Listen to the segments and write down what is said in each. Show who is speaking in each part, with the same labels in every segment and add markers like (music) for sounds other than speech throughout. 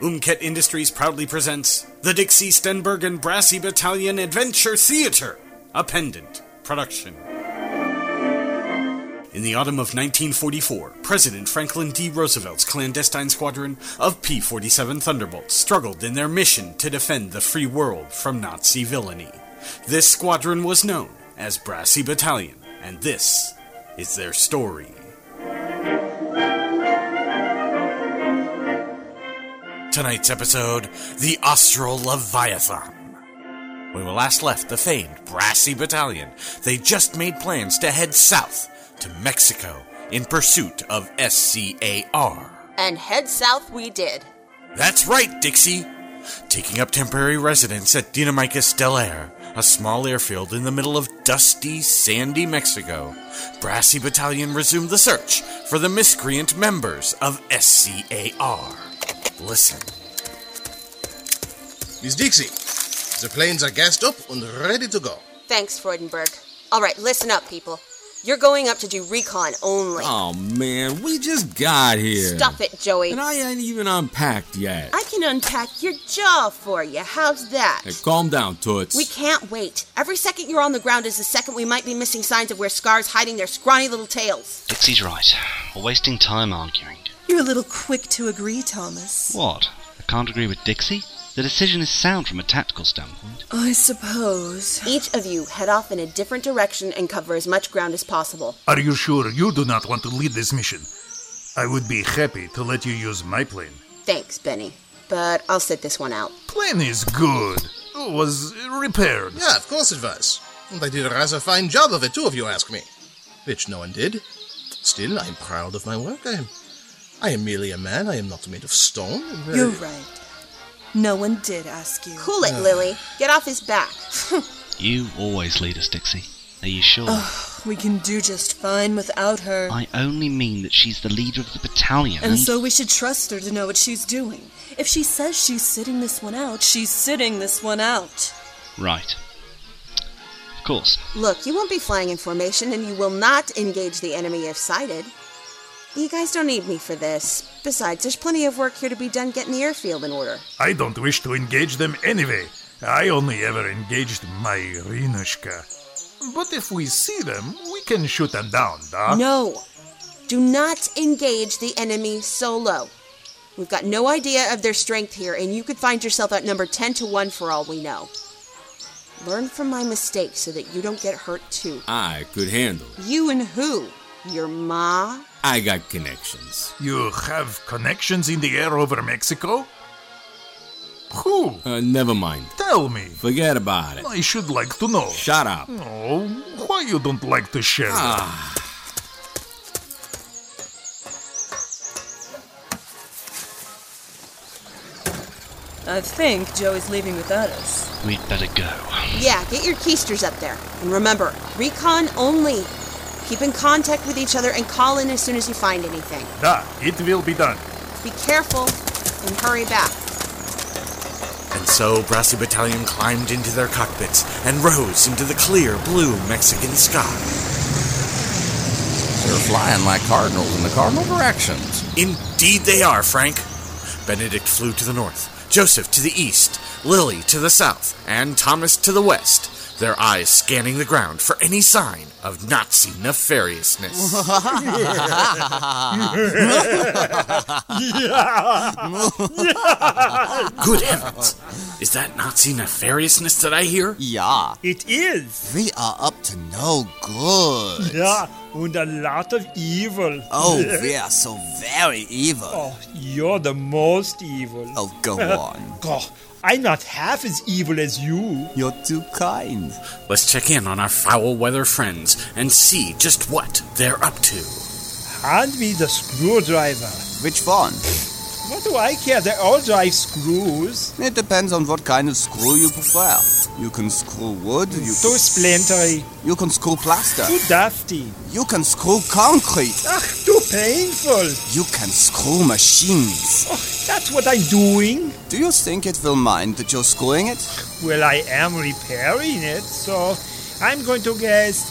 Speaker 1: Umket Industries proudly presents the Dixie Stenberg and Brassy Battalion Adventure Theater, a pendant production. In the autumn of 1944, President Franklin D. Roosevelt's clandestine squadron of P 47 Thunderbolts struggled in their mission to defend the free world from Nazi villainy. This squadron was known as Brassy Battalion, and this is their story. Tonight's episode The Austral Leviathan. When we last left the famed Brassy Battalion, they just made plans to head south to Mexico in pursuit of SCAR.
Speaker 2: And head south we did.
Speaker 1: That's right, Dixie! Taking up temporary residence at Dinamicus Del Air, a small airfield in the middle of dusty, sandy Mexico, Brassy Battalion resumed the search for the miscreant members of SCAR. Listen.
Speaker 3: Miss Dixie, the planes are gassed up and ready to go.
Speaker 2: Thanks, Freudenberg. All right, listen up, people. You're going up to do recon only.
Speaker 4: Oh man, we just got here.
Speaker 2: Stop it, Joey.
Speaker 4: And I ain't even unpacked yet.
Speaker 2: I can unpack your jaw for you. How's that?
Speaker 4: Hey, calm down, Toots.
Speaker 2: We can't wait. Every second you're on the ground is the second we might be missing signs of where Scar's hiding their scrawny little tails.
Speaker 5: Dixie's right. We're wasting time arguing.
Speaker 6: You're a little quick to agree, Thomas.
Speaker 5: What? I can't agree with Dixie? The decision is sound from a tactical standpoint.
Speaker 6: I suppose.
Speaker 2: Each of you head off in a different direction and cover as much ground as possible.
Speaker 7: Are you sure you do not want to lead this mission? I would be happy to let you use my plane.
Speaker 2: Thanks, Benny. But I'll sit this one out.
Speaker 7: Plane is good. Was repaired.
Speaker 3: Yeah, of course it was. And I did a rather fine job of it, too, if you ask me. Which no one did. Still, I'm proud of my work. I am, I am merely a man. I am not made of stone.
Speaker 6: You're right. No one did ask you.
Speaker 2: Cool it, Lily. Get off his back.
Speaker 5: You always lead us, Dixie. Are you sure?
Speaker 6: We can do just fine without her.
Speaker 5: I only mean that she's the leader of the battalion.
Speaker 6: And so we should trust her to know what she's doing. If she says she's sitting this one out, she's sitting this one out.
Speaker 5: Right. Of course.
Speaker 2: Look, you won't be flying in formation and you will not engage the enemy if sighted. You guys don't need me for this. Besides, there's plenty of work here to be done getting the airfield in order.
Speaker 7: I don't wish to engage them anyway. I only ever engaged my Rinushka. But if we see them, we can shoot them down, da?
Speaker 2: No. Do not engage the enemy solo. We've got no idea of their strength here, and you could find yourself at number 10 to 1 for all we know. Learn from my mistakes so that you don't get hurt too.
Speaker 4: I could handle it.
Speaker 2: You and who? Your ma?
Speaker 4: I got connections.
Speaker 7: You have connections in the air over Mexico? Who?
Speaker 4: Uh, never mind.
Speaker 7: Tell me.
Speaker 4: Forget about it.
Speaker 7: I should like to know.
Speaker 4: Shut up.
Speaker 7: Oh, why you don't like to share?
Speaker 4: Ah,
Speaker 6: I think Joey's leaving without us.
Speaker 5: We'd better go.
Speaker 2: Yeah, get your keisters up there. And remember, recon only. Keep in contact with each other and call in as soon as you find anything.
Speaker 7: Da, it will be done.
Speaker 2: Be careful and hurry back.
Speaker 1: And so Brassy Battalion climbed into their cockpits and rose into the clear blue Mexican sky.
Speaker 8: They're flying like cardinals in the cardinal directions.
Speaker 1: Indeed, they are, Frank. Benedict flew to the north, Joseph to the east, Lily to the south, and Thomas to the west, their eyes scanning the ground for any sign of Nazi nefariousness.
Speaker 9: (laughs)
Speaker 1: Good heavens! Is that Nazi nefariousness that I hear?
Speaker 9: Yeah,
Speaker 10: It is.
Speaker 9: they are up to no good.
Speaker 10: Yeah, and a lot of evil.
Speaker 9: Oh, they are so very evil.
Speaker 10: Oh, you're the most evil.
Speaker 9: Oh,
Speaker 10: (laughs)
Speaker 9: go on.
Speaker 10: Goh, I'm not half as evil as you.
Speaker 9: You're too kind.
Speaker 1: Let's check in on our foul weather friends and see just what they're up to.
Speaker 10: Hand me the screwdriver.
Speaker 9: Which one?
Speaker 10: What do I care? They all drive screws.
Speaker 9: It depends on what kind of screw you prefer. You can screw wood, you
Speaker 10: Too splintery,
Speaker 9: you can screw
Speaker 10: too
Speaker 9: plaster,
Speaker 10: dusty.
Speaker 9: you can screw concrete,
Speaker 10: Ach, too painful.
Speaker 9: you can screw machines.
Speaker 10: Oh, that's what I'm doing.
Speaker 9: Do you think it will mind that you're screwing it?
Speaker 10: Well, I am repairing it, so I'm going to guess.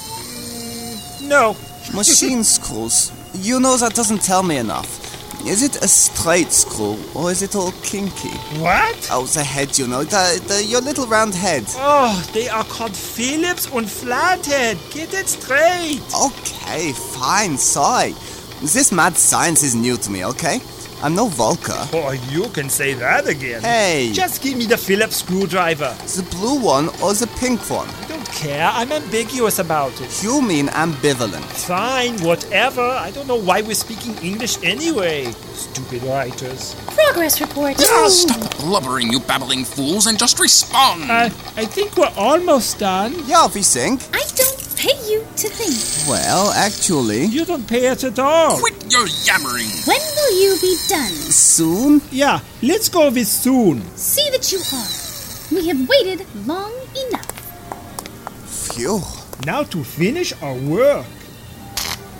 Speaker 10: mm, No.
Speaker 9: Machine screws. You know that doesn't tell me enough.
Speaker 11: Is it a straight screw or is it all kinky?
Speaker 10: What?
Speaker 11: Oh, the head, you know, the, the, your little round head.
Speaker 10: Oh, they are called Phillips and Flathead. Get it straight.
Speaker 11: Okay, fine, sorry. This mad science is new to me, okay? I'm no Volker.
Speaker 10: Oh, you can say that again.
Speaker 11: Hey.
Speaker 10: Just give me the Phillips screwdriver.
Speaker 11: The blue one or the pink one?
Speaker 10: I don't care. I'm ambiguous about it.
Speaker 11: You mean ambivalent.
Speaker 10: Fine, whatever. I don't know why we're speaking English anyway. Stupid writers.
Speaker 12: Progress report.
Speaker 13: Stop blubbering, you babbling fools, and just respond.
Speaker 10: I think we're almost done.
Speaker 11: Yeah, we think.
Speaker 12: I don't pay you to think.
Speaker 11: Well, actually.
Speaker 10: You don't pay us at all.
Speaker 13: Quit your yammering.
Speaker 12: When will you be done?
Speaker 11: Soon?
Speaker 10: Yeah, let's go with soon.
Speaker 12: See that you are. We have waited long enough.
Speaker 11: Phew.
Speaker 10: Now to finish our work.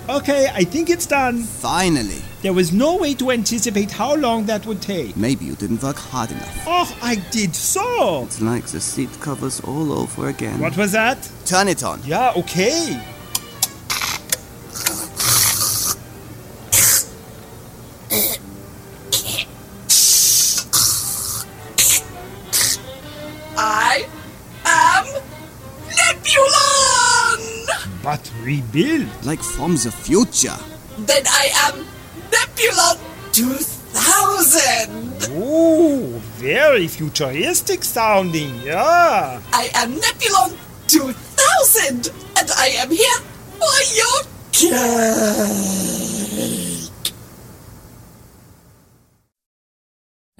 Speaker 10: Okay, I think it's done.
Speaker 11: Finally.
Speaker 10: There was no way to anticipate how long that would take.
Speaker 11: Maybe you didn't work hard enough.
Speaker 10: Oh, I did so.
Speaker 11: It's like the seat covers all over again.
Speaker 10: What was that?
Speaker 11: Turn it on.
Speaker 10: Yeah, okay.
Speaker 14: I am Nebulon!
Speaker 10: But rebuild.
Speaker 11: Like from the future.
Speaker 14: Then I am Nebulon 2000!
Speaker 10: Ooh, very futuristic sounding, yeah.
Speaker 14: I am Nebulon 2000! And I am here for your cake!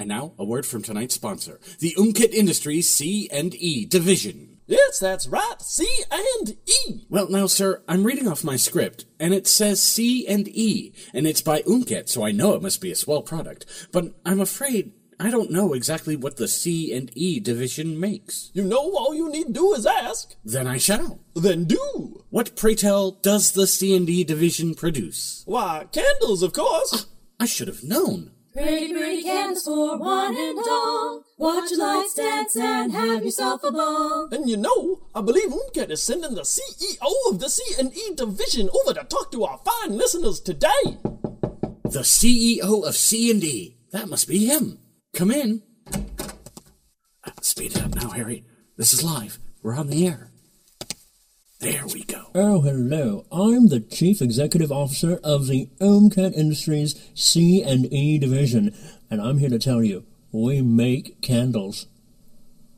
Speaker 15: And now, a word from tonight's sponsor, the Umkit Industries C and E division.
Speaker 16: Yes, that's right. C and E.
Speaker 15: Well, now, sir, I'm reading off my script, and it says C and E, and it's by Umkit, so I know it must be a swell product. But I'm afraid I don't know exactly what the C and E division makes.
Speaker 16: You know all you need do is ask.
Speaker 15: Then I shall.
Speaker 16: Then do.
Speaker 15: What, pray tell, does the C and E division produce?
Speaker 16: Why, candles, of course.
Speaker 15: (gasps) I should have known.
Speaker 17: Pretty, pretty candles for one and all. Watch your lights dance and have yourself a ball.
Speaker 16: And you know, I believe Oomcat is sending the CEO of the C and E division over to talk to our fine listeners today.
Speaker 15: The CEO of C and E. That must be him. Come in.
Speaker 18: Ah,
Speaker 15: Uh, Speed it up now, Harry. This is live. We're on the air. There we go.
Speaker 19: Oh, hello. I'm the Chief Executive Officer of the Omcat Industries C and E Division, and I'm here to tell you we make candles.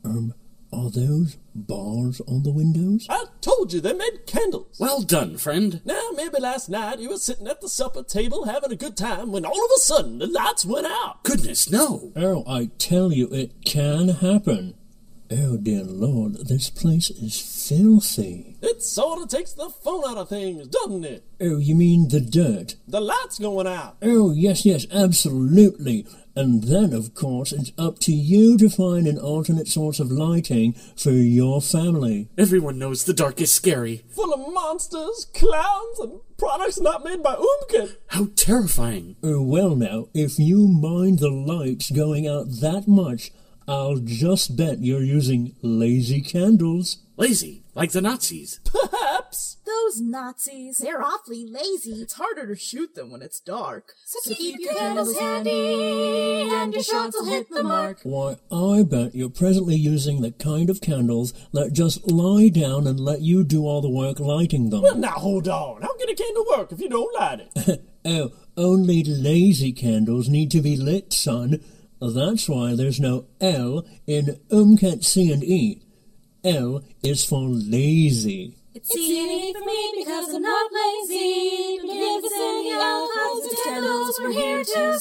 Speaker 19: Um, are those bars on the windows?
Speaker 16: I told you they made candles.
Speaker 15: Well done, friend.
Speaker 16: Now, maybe last night you were sitting at the supper table having a good time when all of a sudden the lights went out.
Speaker 15: Goodness, no.
Speaker 19: Oh, I tell you, it can happen. Oh, dear Lord, this place is filthy.
Speaker 16: It sort of takes the fun out of things, doesn't it?
Speaker 19: Oh, you mean the dirt?
Speaker 16: The lights going out.
Speaker 19: Oh, yes, yes, absolutely. And then, of course, it's up to you to find an alternate source of lighting for your family.
Speaker 15: Everyone knows the dark is scary.
Speaker 16: Full of monsters, clowns, and products not made by Oomkin.
Speaker 15: How terrifying.
Speaker 19: Oh, well, now, if you mind the lights going out that much, I'll just bet you're using lazy candles.
Speaker 15: Lazy, like the Nazis.
Speaker 16: Perhaps.
Speaker 17: Those Nazis, they're awfully lazy.
Speaker 20: It's harder to shoot them when it's dark.
Speaker 17: So keep your candles handy, and your shots will hit the mark.
Speaker 19: Why, I bet you're presently using the kind of candles that just lie down and let you do all the work lighting them.
Speaker 16: Well, now hold on. How can a candle work if you don't light it?
Speaker 19: (laughs) oh, only lazy candles need to be lit, son. That's why there's no L in Umcat C and E. L is for lazy.
Speaker 17: It's easy for me because I'm not lazy. But if it's any alcohols and candles, we're here to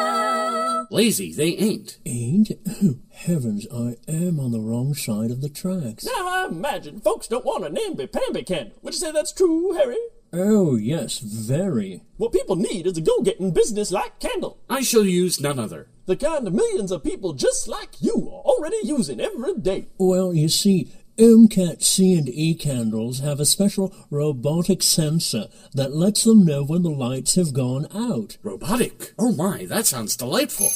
Speaker 17: sell.
Speaker 15: Lazy, they ain't.
Speaker 19: Ain't? Oh, heavens, I am on the wrong side of the tracks.
Speaker 16: Now I imagine folks don't want a namby-pamby candle. Would you say that's true, Harry?
Speaker 19: Oh, yes, very.
Speaker 16: What people need is a go-getting business-like candle.
Speaker 15: I shall use none other.
Speaker 16: The kind of millions of people just like you are already using every day.
Speaker 19: Well, you see, Omcat C and E candles have a special robotic sensor that lets them know when the lights have gone out.
Speaker 15: Robotic? Oh my, that sounds delightful.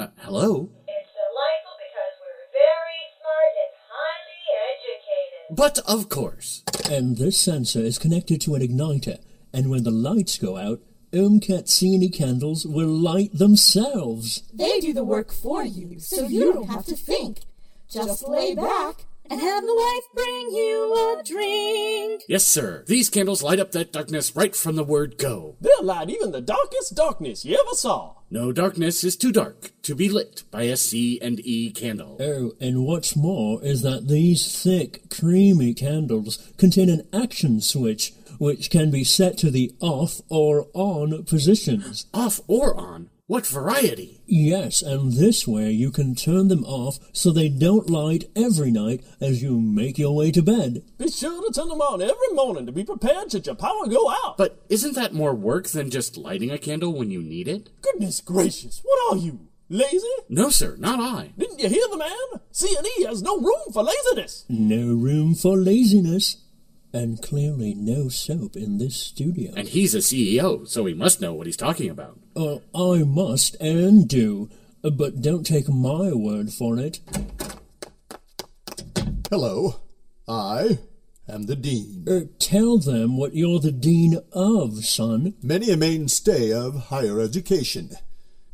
Speaker 15: Uh, hello?
Speaker 21: It's delightful because we're very smart and highly educated.
Speaker 15: But of course.
Speaker 19: And this sensor is connected to an igniter, and when the lights go out, Omcat Cine candles will light themselves.
Speaker 17: They do the work for you, so you don't have to think. Just lay back and have the wife bring you a drink.
Speaker 18: Yes, sir. These candles light up that darkness right from the word go.
Speaker 16: They'll light even the darkest darkness you ever saw.
Speaker 18: No darkness is too dark to be lit by a C and E candle.
Speaker 19: Oh, and what's more is that these thick, creamy candles contain an action switch which can be set to the off or on positions.
Speaker 18: Off or on? What variety?
Speaker 19: Yes, and this way you can turn them off so they don't light every night as you make your way to bed.
Speaker 16: Be sure to turn them on every morning to be prepared should your power go out.
Speaker 18: But isn't that more work than just lighting a candle when you need it?
Speaker 16: Goodness gracious, what are you? Lazy?
Speaker 18: No, sir, not I.
Speaker 16: Didn't you hear the man? C&E has no room for laziness.
Speaker 19: No room for laziness. And clearly no soap in this studio.
Speaker 18: And he's a CEO, so he must know what he's talking about.
Speaker 19: Uh, I must and do, but don't take my word for it.
Speaker 22: Hello, I am the Dean.
Speaker 19: Uh, tell them what you're the Dean of, son.
Speaker 22: Many a mainstay of higher education.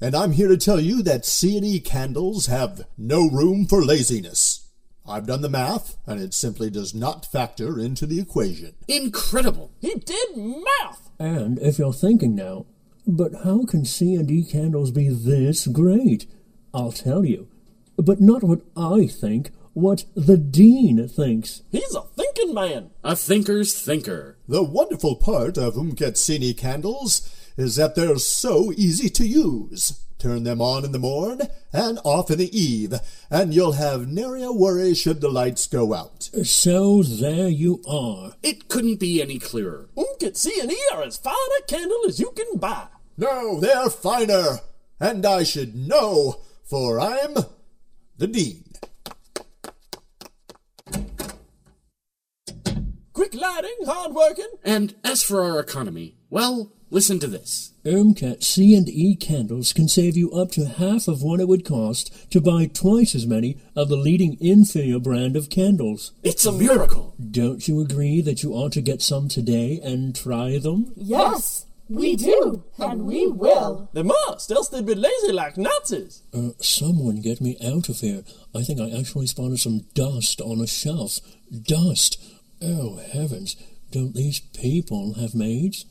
Speaker 22: And I'm here to tell you that C&E candles have no room for laziness. I've done the math, and it simply does not factor into the equation.
Speaker 18: Incredible!
Speaker 16: He did math!
Speaker 19: And if you're thinking now, but how can C&E candles be this great? I'll tell you. But not what I think, what the Dean thinks.
Speaker 16: He's a thinking man.
Speaker 18: A thinker's thinker.
Speaker 22: The wonderful part of Umkatsini candles is that they're so easy to use. Turn them on in the morn and off in the eve, and you'll have nary a worry should the lights go out.
Speaker 19: So there you are.
Speaker 18: It couldn't be any clearer.
Speaker 16: Umkitsy and E are as fine a candle as you can buy.
Speaker 22: No, they're finer, and I should know, for I'm the dean.
Speaker 16: Quick lighting, hard working.
Speaker 18: And as for our economy, well, listen to this.
Speaker 19: Ermcat C&E candles can save you up to half of what it would cost to buy twice as many of the leading inferior brand of candles.
Speaker 18: It's a miracle!
Speaker 19: Don't you agree that you ought to get some today and try them?
Speaker 17: Yes, we do, and we will.
Speaker 16: They must, else they'd be lazy like Nazis.
Speaker 19: Uh, someone get me out of here. I think I actually spotted some dust on a shelf. Dust! Oh, heavens, don't these people have maids?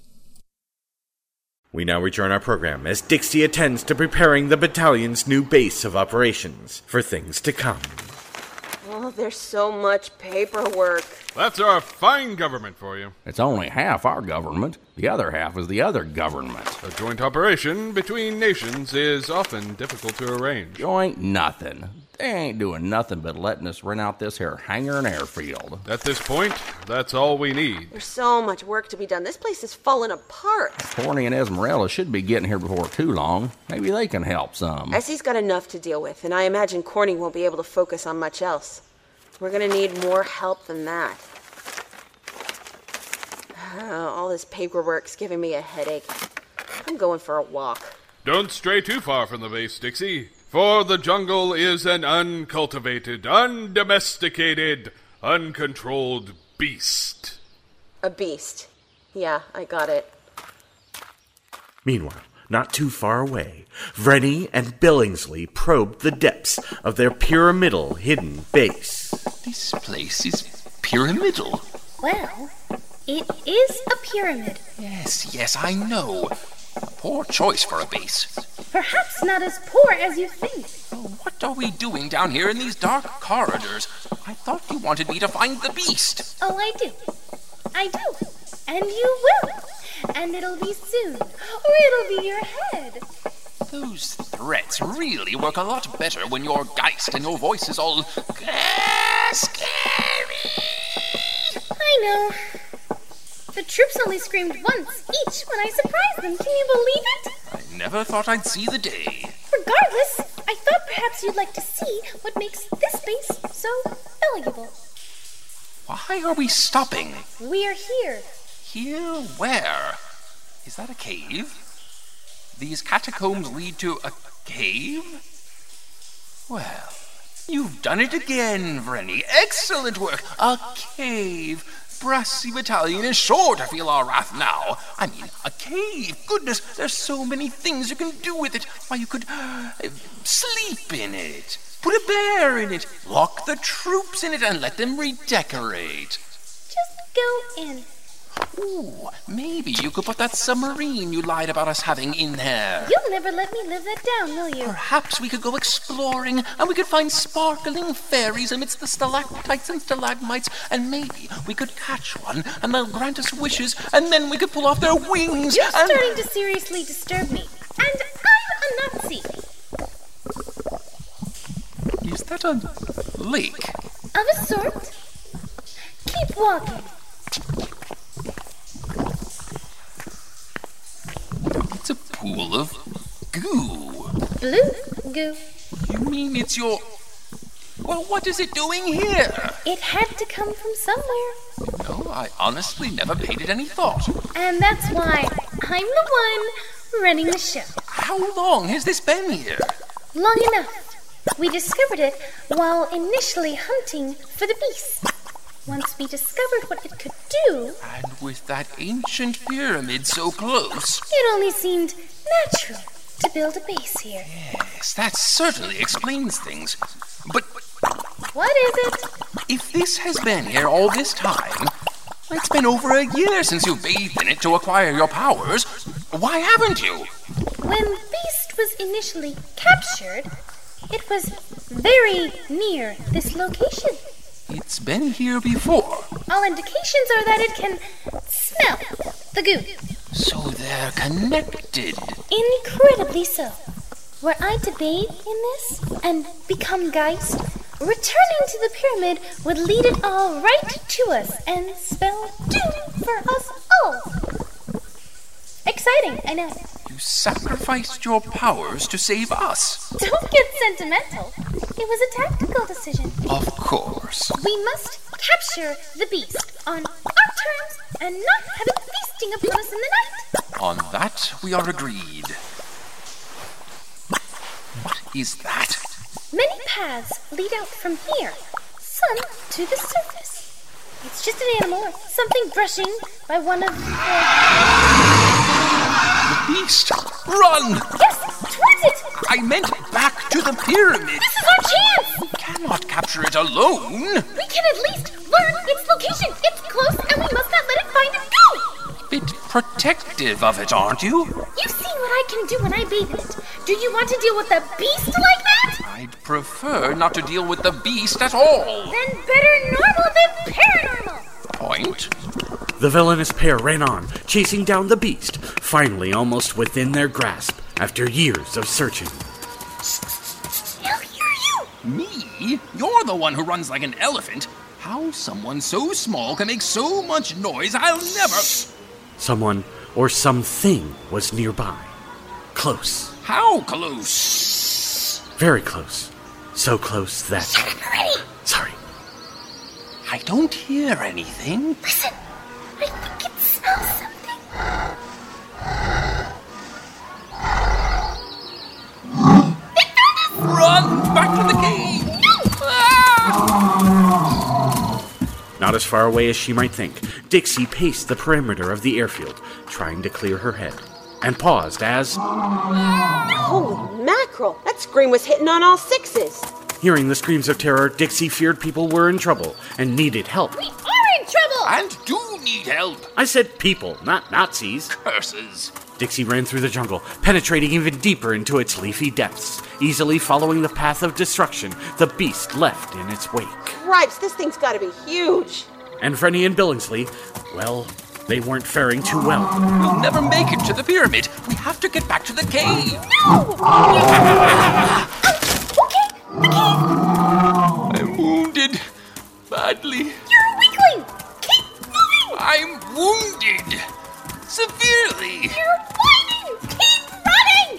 Speaker 15: We now rejoin our program as Dixie attends to preparing the battalion's new base of operations for things to come.
Speaker 2: Oh, there's so much paperwork.
Speaker 23: That's our fine government for you.
Speaker 13: It's only half our government. The other half is the other government.
Speaker 23: A joint operation between nations is often difficult to arrange.
Speaker 13: Joint nothing. They ain't doing nothing but letting us rent out this here hangar and airfield.
Speaker 23: At this point, that's all we need.
Speaker 2: There's so much work to be done. This place is falling apart.
Speaker 13: Horny and Esmeralda should be getting here before too long. Maybe they can help some.
Speaker 2: Essie's got enough to deal with, and I imagine Corning won't be able to focus on much else. We're gonna need more help than that. (sighs) Oh, all this paperwork's giving me a headache. I'm going for a walk.
Speaker 23: Don't stray too far from the base, Dixie, for the jungle is an uncultivated, undomesticated, uncontrolled beast.
Speaker 2: A beast. Yeah, I got it.
Speaker 15: Meanwhile, not too far away, Vrenny and Billingsley probed the depths of their pyramidal hidden base.
Speaker 4: This place is pyramidal.
Speaker 12: Well, it is a pyramid.
Speaker 4: Yes, yes, I know. A poor choice for a base.
Speaker 12: Perhaps not as poor as you think.
Speaker 4: Oh, what are we doing down here in these dark corridors? I thought you wanted me to find the beast.
Speaker 12: Oh, I do. I do. And you will. And it'll be soon. Or it'll be your head.
Speaker 4: Those threats really work a lot better when your geist and your voice is all "Ah, scary.
Speaker 12: I know. The troops only screamed once each when I surprised them. Can you believe it?
Speaker 4: I never thought I'd see the day.
Speaker 12: Regardless, I thought perhaps you'd like to see what makes this space so valuable.
Speaker 4: Why are we stopping?
Speaker 12: We're here.
Speaker 4: Here where? Is that a cave? These catacombs lead to a cave? Well, you've done it again, Vrenny. Excellent work. A cave. brassy battalion is sure to feel our wrath now. I mean, a cave. Goodness, there's so many things you can do with it. Why, you could uh, sleep in it, put a bear in it, lock the troops in it, and let them redecorate.
Speaker 12: Go in.
Speaker 4: Ooh, maybe you could put that submarine you lied about us having in there.
Speaker 12: You'll never let me live that down, will you?
Speaker 4: Perhaps we could go exploring and we could find sparkling fairies amidst the stalactites and stalagmites, and maybe we could catch one and they'll grant us wishes, and then we could pull off their wings.
Speaker 12: You're
Speaker 4: and...
Speaker 12: starting to seriously disturb me. And I'm a Nazi.
Speaker 4: Is that a lake?
Speaker 12: Of a sort. Keep walking.
Speaker 4: It's a pool of goo.
Speaker 12: Blue goo.
Speaker 4: You mean it's your. Well, what is it doing here?
Speaker 12: It had to come from somewhere.
Speaker 4: No, I honestly never paid it any thought.
Speaker 12: And that's why I'm the one running the show.
Speaker 4: How long has this been here?
Speaker 12: Long enough. We discovered it while initially hunting for the beast. Once we discovered what it could do,
Speaker 4: And with that ancient pyramid so close.
Speaker 12: it only seemed natural to build a base here.
Speaker 4: Yes, that certainly explains things. But
Speaker 12: What is it?
Speaker 4: if this has been here all this time, it's been over a year since you bathed in it to acquire your powers. Why haven't you?
Speaker 12: When the beast was initially captured, it was very near this location.
Speaker 4: It's been here before.
Speaker 12: All indications are that it can smell the goo.
Speaker 4: So they're connected.
Speaker 12: Incredibly so. Were I to bathe in this and become Geist, returning to the pyramid would lead it all right to us and spell doom for us all. Exciting, I know.
Speaker 4: You sacrificed your powers to save us.
Speaker 12: Don't get sentimental. It was a tactical decision.
Speaker 4: Of course.
Speaker 12: We must capture the beast on our terms and not have it feasting upon us in the night.
Speaker 4: On that, we are agreed. What is that?
Speaker 12: Many paths lead out from here, some to the surface. It's just an animal or something brushing by one of the.
Speaker 4: The beast! Run!
Speaker 12: Yes, towards it!
Speaker 4: I meant back to the pyramid!
Speaker 12: This is our chance!
Speaker 4: Cannot capture it alone!
Speaker 12: We can at least learn its location. It's close, and we must not let it find us go!
Speaker 4: Bit protective of it, aren't you?
Speaker 12: You've seen what I can do when I bathe in it. Do you want to deal with a beast like that?
Speaker 4: I'd prefer not to deal with the beast at all.
Speaker 12: Then better normal than paranormal!
Speaker 4: Point.
Speaker 1: The villainous pair ran on, chasing down the beast, finally almost within their grasp after years of searching.
Speaker 4: Me? You're the one who runs like an elephant. How someone so small can make so much noise, I'll never.
Speaker 1: Someone or something was nearby. Close.
Speaker 4: How close?
Speaker 1: Very close. So close that. Sorry.
Speaker 4: I don't hear anything.
Speaker 12: Listen, I think it smells something.
Speaker 4: Run back to the cave!
Speaker 1: Not as far away as she might think, Dixie paced the perimeter of the airfield, trying to clear her head, and paused as,
Speaker 2: Holy mackerel! That scream was hitting on all sixes.
Speaker 1: hearing the screams of terror, Dixie feared people were in trouble and needed help.
Speaker 12: We are in trouble!
Speaker 4: And do need help!
Speaker 1: I said people, not Nazis.
Speaker 4: Curses!
Speaker 1: Dixie ran through the jungle, penetrating even deeper into its leafy depths, easily following the path of destruction the beast left in its wake.
Speaker 2: Cripes, this thing's gotta be huge.
Speaker 1: And Frenny and Billingsley, well, they weren't faring too well.
Speaker 4: We'll never make it to the pyramid. We have to get back to the cave. I'm wounded. Badly.
Speaker 12: You're a weakling! Keep moving!
Speaker 4: I'm wounded. Severely.
Speaker 12: You're whining! Keep running!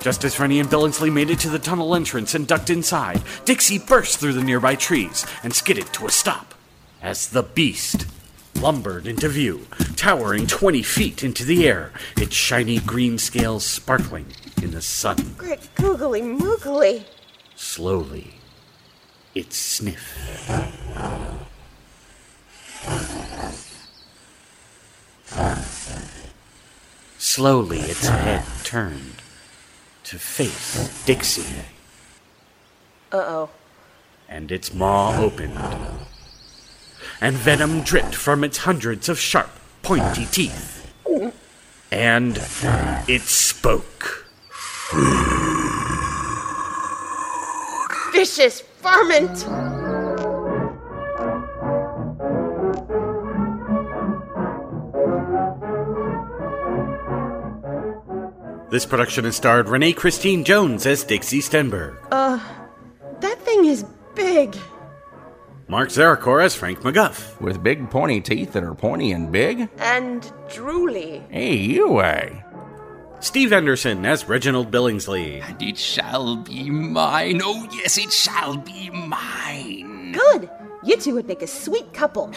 Speaker 1: Just as Frenny and Billingsley made it to the tunnel entrance and ducked inside, Dixie burst through the nearby trees and skidded to a stop as the beast lumbered into view, towering 20 feet into the air, its shiny green scales sparkling in the sun.
Speaker 2: Great googly moogly.
Speaker 1: Slowly, it sniffed. Slowly, its head turned to face Dixie,
Speaker 2: Uh oh.
Speaker 1: and its maw opened. And venom dripped from its hundreds of sharp, pointy teeth. And it spoke.
Speaker 2: Vicious varmint!
Speaker 1: This production has starred Renee Christine Jones as Dixie Stenberg.
Speaker 2: Uh, that thing is big.
Speaker 1: Mark Zarakor as Frank McGuff.
Speaker 13: With big pointy teeth that are pointy and big?
Speaker 2: And drooly.
Speaker 13: Hey, you, eh?
Speaker 1: Steve Anderson as Reginald Billingsley.
Speaker 4: And it shall be mine. Oh, yes, it shall be mine.
Speaker 2: Good! You two would make a sweet couple.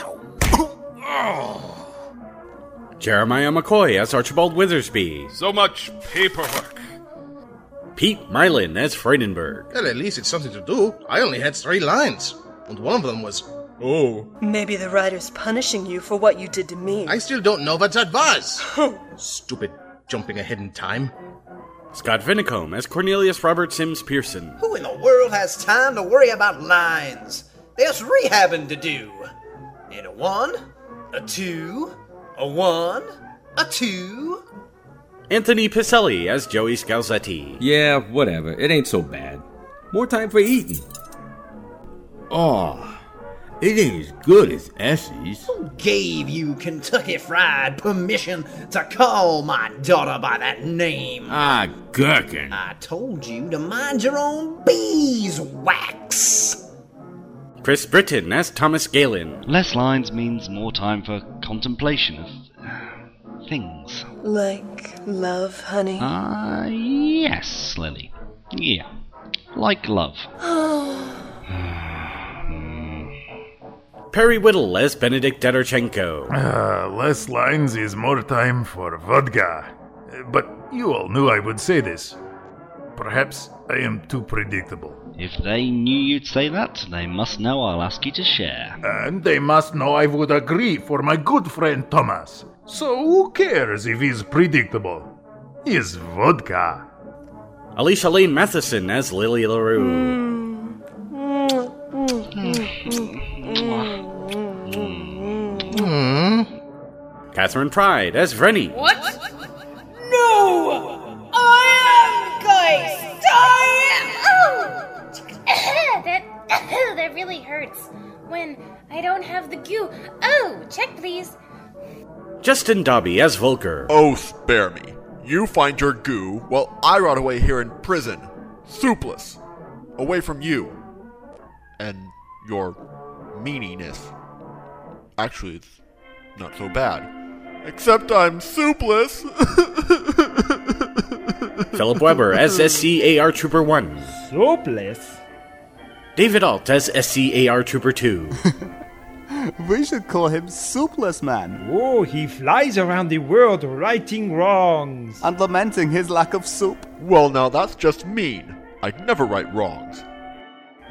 Speaker 1: Jeremiah McCoy as Archibald Withersby.
Speaker 23: So much paperwork.
Speaker 1: Pete Mylan as Freudenberg.
Speaker 3: Well, at least it's something to do. I only had three lines, and one of them was, Oh.
Speaker 6: Maybe the writer's punishing you for what you did to me. Oh,
Speaker 3: I still don't know what that was. Stupid jumping ahead in time.
Speaker 1: Scott Vinicombe as Cornelius Robert Sims Pearson.
Speaker 9: Who in the world has time to worry about lines? There's rehabbing to do. And a one, a two, a one, a two.
Speaker 1: Anthony Piselli as Joey Scalzetti.
Speaker 24: Yeah, whatever. It ain't so bad. More time for eating.
Speaker 25: Aw, it ain't as good as Essie's.
Speaker 9: Gave you Kentucky Fried permission to call my daughter by that name.
Speaker 25: Ah, gherkin.
Speaker 9: I told you to mind your own beeswax.
Speaker 1: Chris Britton as Thomas Galen.
Speaker 5: Less lines means more time for contemplation of uh, things.
Speaker 6: Like love, honey.
Speaker 5: Ah, yes, Lily. Yeah. Like love.
Speaker 1: Perry Whittle as Benedict Dedorchenko.
Speaker 7: Ah, less lines is more time for vodka. Uh, But you all knew I would say this. Perhaps I am too predictable.
Speaker 5: If they knew you'd say that, they must know I'll ask you to share.
Speaker 7: And they must know I would agree for my good friend Thomas. So who cares if he's predictable? He's vodka.
Speaker 1: Alicia Lane Matheson as Lily LaRue.
Speaker 25: Hmm?
Speaker 1: Catherine Pride as Vrenny.
Speaker 21: What? No! I am Geist! I
Speaker 12: that Oh! (coughs) that really hurts. When I don't have the goo. Oh, check please.
Speaker 1: Justin Dobby as Volker.
Speaker 26: Oh, spare me. You find your goo while I rot away here in prison, soupless, away from you and your meaniness. Actually, it's not so bad. Except I'm soupless. (laughs)
Speaker 1: Philip Weber as SCAR Trooper 1.
Speaker 10: So blessed.
Speaker 1: David Alt as SCAR Trooper 2.
Speaker 10: We should call him Soupless Man. Oh, he flies around the world righting wrongs.
Speaker 25: And lamenting his lack of soup.
Speaker 26: Well, now that's just mean. I never right wrongs.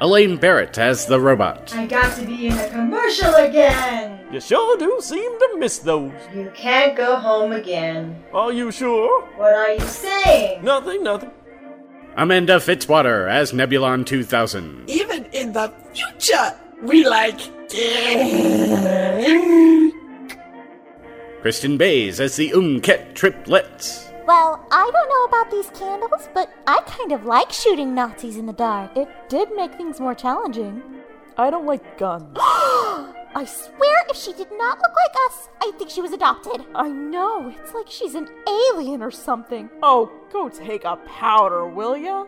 Speaker 1: Elaine Barrett as the robot.
Speaker 21: am! I got to be in a commercial again!
Speaker 27: You sure do seem to miss those.
Speaker 21: You can't go home again.
Speaker 27: Are you sure?
Speaker 21: What are you saying?
Speaker 27: Nothing, nothing.
Speaker 1: Amanda Fitzwater as Nebulon 2000.
Speaker 14: Even in the future, we like.
Speaker 1: Kristen Bays as the Umket triplets.
Speaker 28: Well, I don't know about these candles, but I kind of like shooting Nazis in the dark. It did make things more challenging. I don't like guns. (gasps) I swear, if she did not look like us, I think she was adopted. I know, it's like she's an alien or something. Oh, go take a powder, will ya?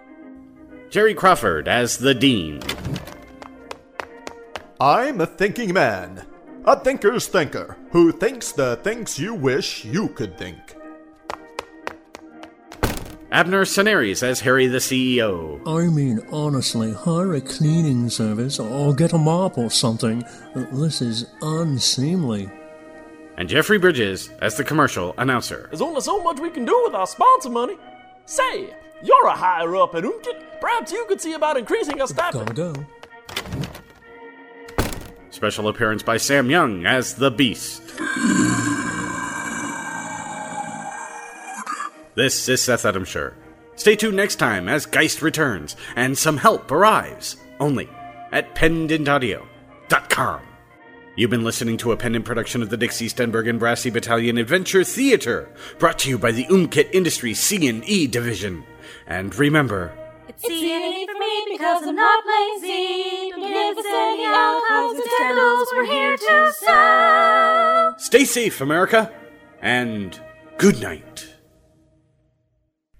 Speaker 1: Jerry Crawford as the Dean.
Speaker 29: I'm a thinking man. A thinker's thinker who thinks the things you wish you could think.
Speaker 1: Abner Scenaries as Harry the E CEO.
Speaker 19: I mean, honestly, hire a cleaning service or get a mop or something. This is unseemly.
Speaker 1: And Jeffrey Bridges as the commercial announcer.
Speaker 27: There's only so much we can do with our sponsor money. Say, you're a higher up at Umkit. Perhaps you could see about increasing our stipend.
Speaker 19: Gotta go.
Speaker 1: Special appearance by Sam Young as the Beast. This is Seth Adam Sure. Stay tuned next time as Geist returns and some help arrives only at pendantaudio.com. You've been listening to a pendant production of the Dixie Stenberg and Brassy Battalion Adventure Theater, brought to you by the Umkit Industries C&E Division. And remember,
Speaker 15: It's easy for me because I'm not lazy. Don't give us any alcohols and candles. We're here to sell.
Speaker 1: stay safe, America, and good night.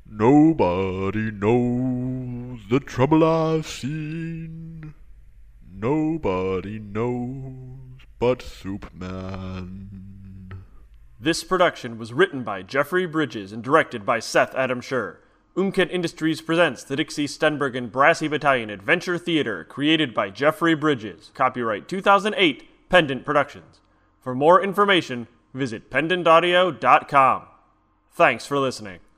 Speaker 26: Nobody knows the trouble I've seen. Nobody knows but Superman.
Speaker 27: This production was written by Jeffrey Bridges and directed by Seth Adam Schur. Umket Industries presents the Dixie Stenberg and Brassy Battalion Adventure Theater, created by Jeffrey Bridges. Copyright 2008, Pendant Productions. For more information, visit pendantaudio.com. Thanks for listening.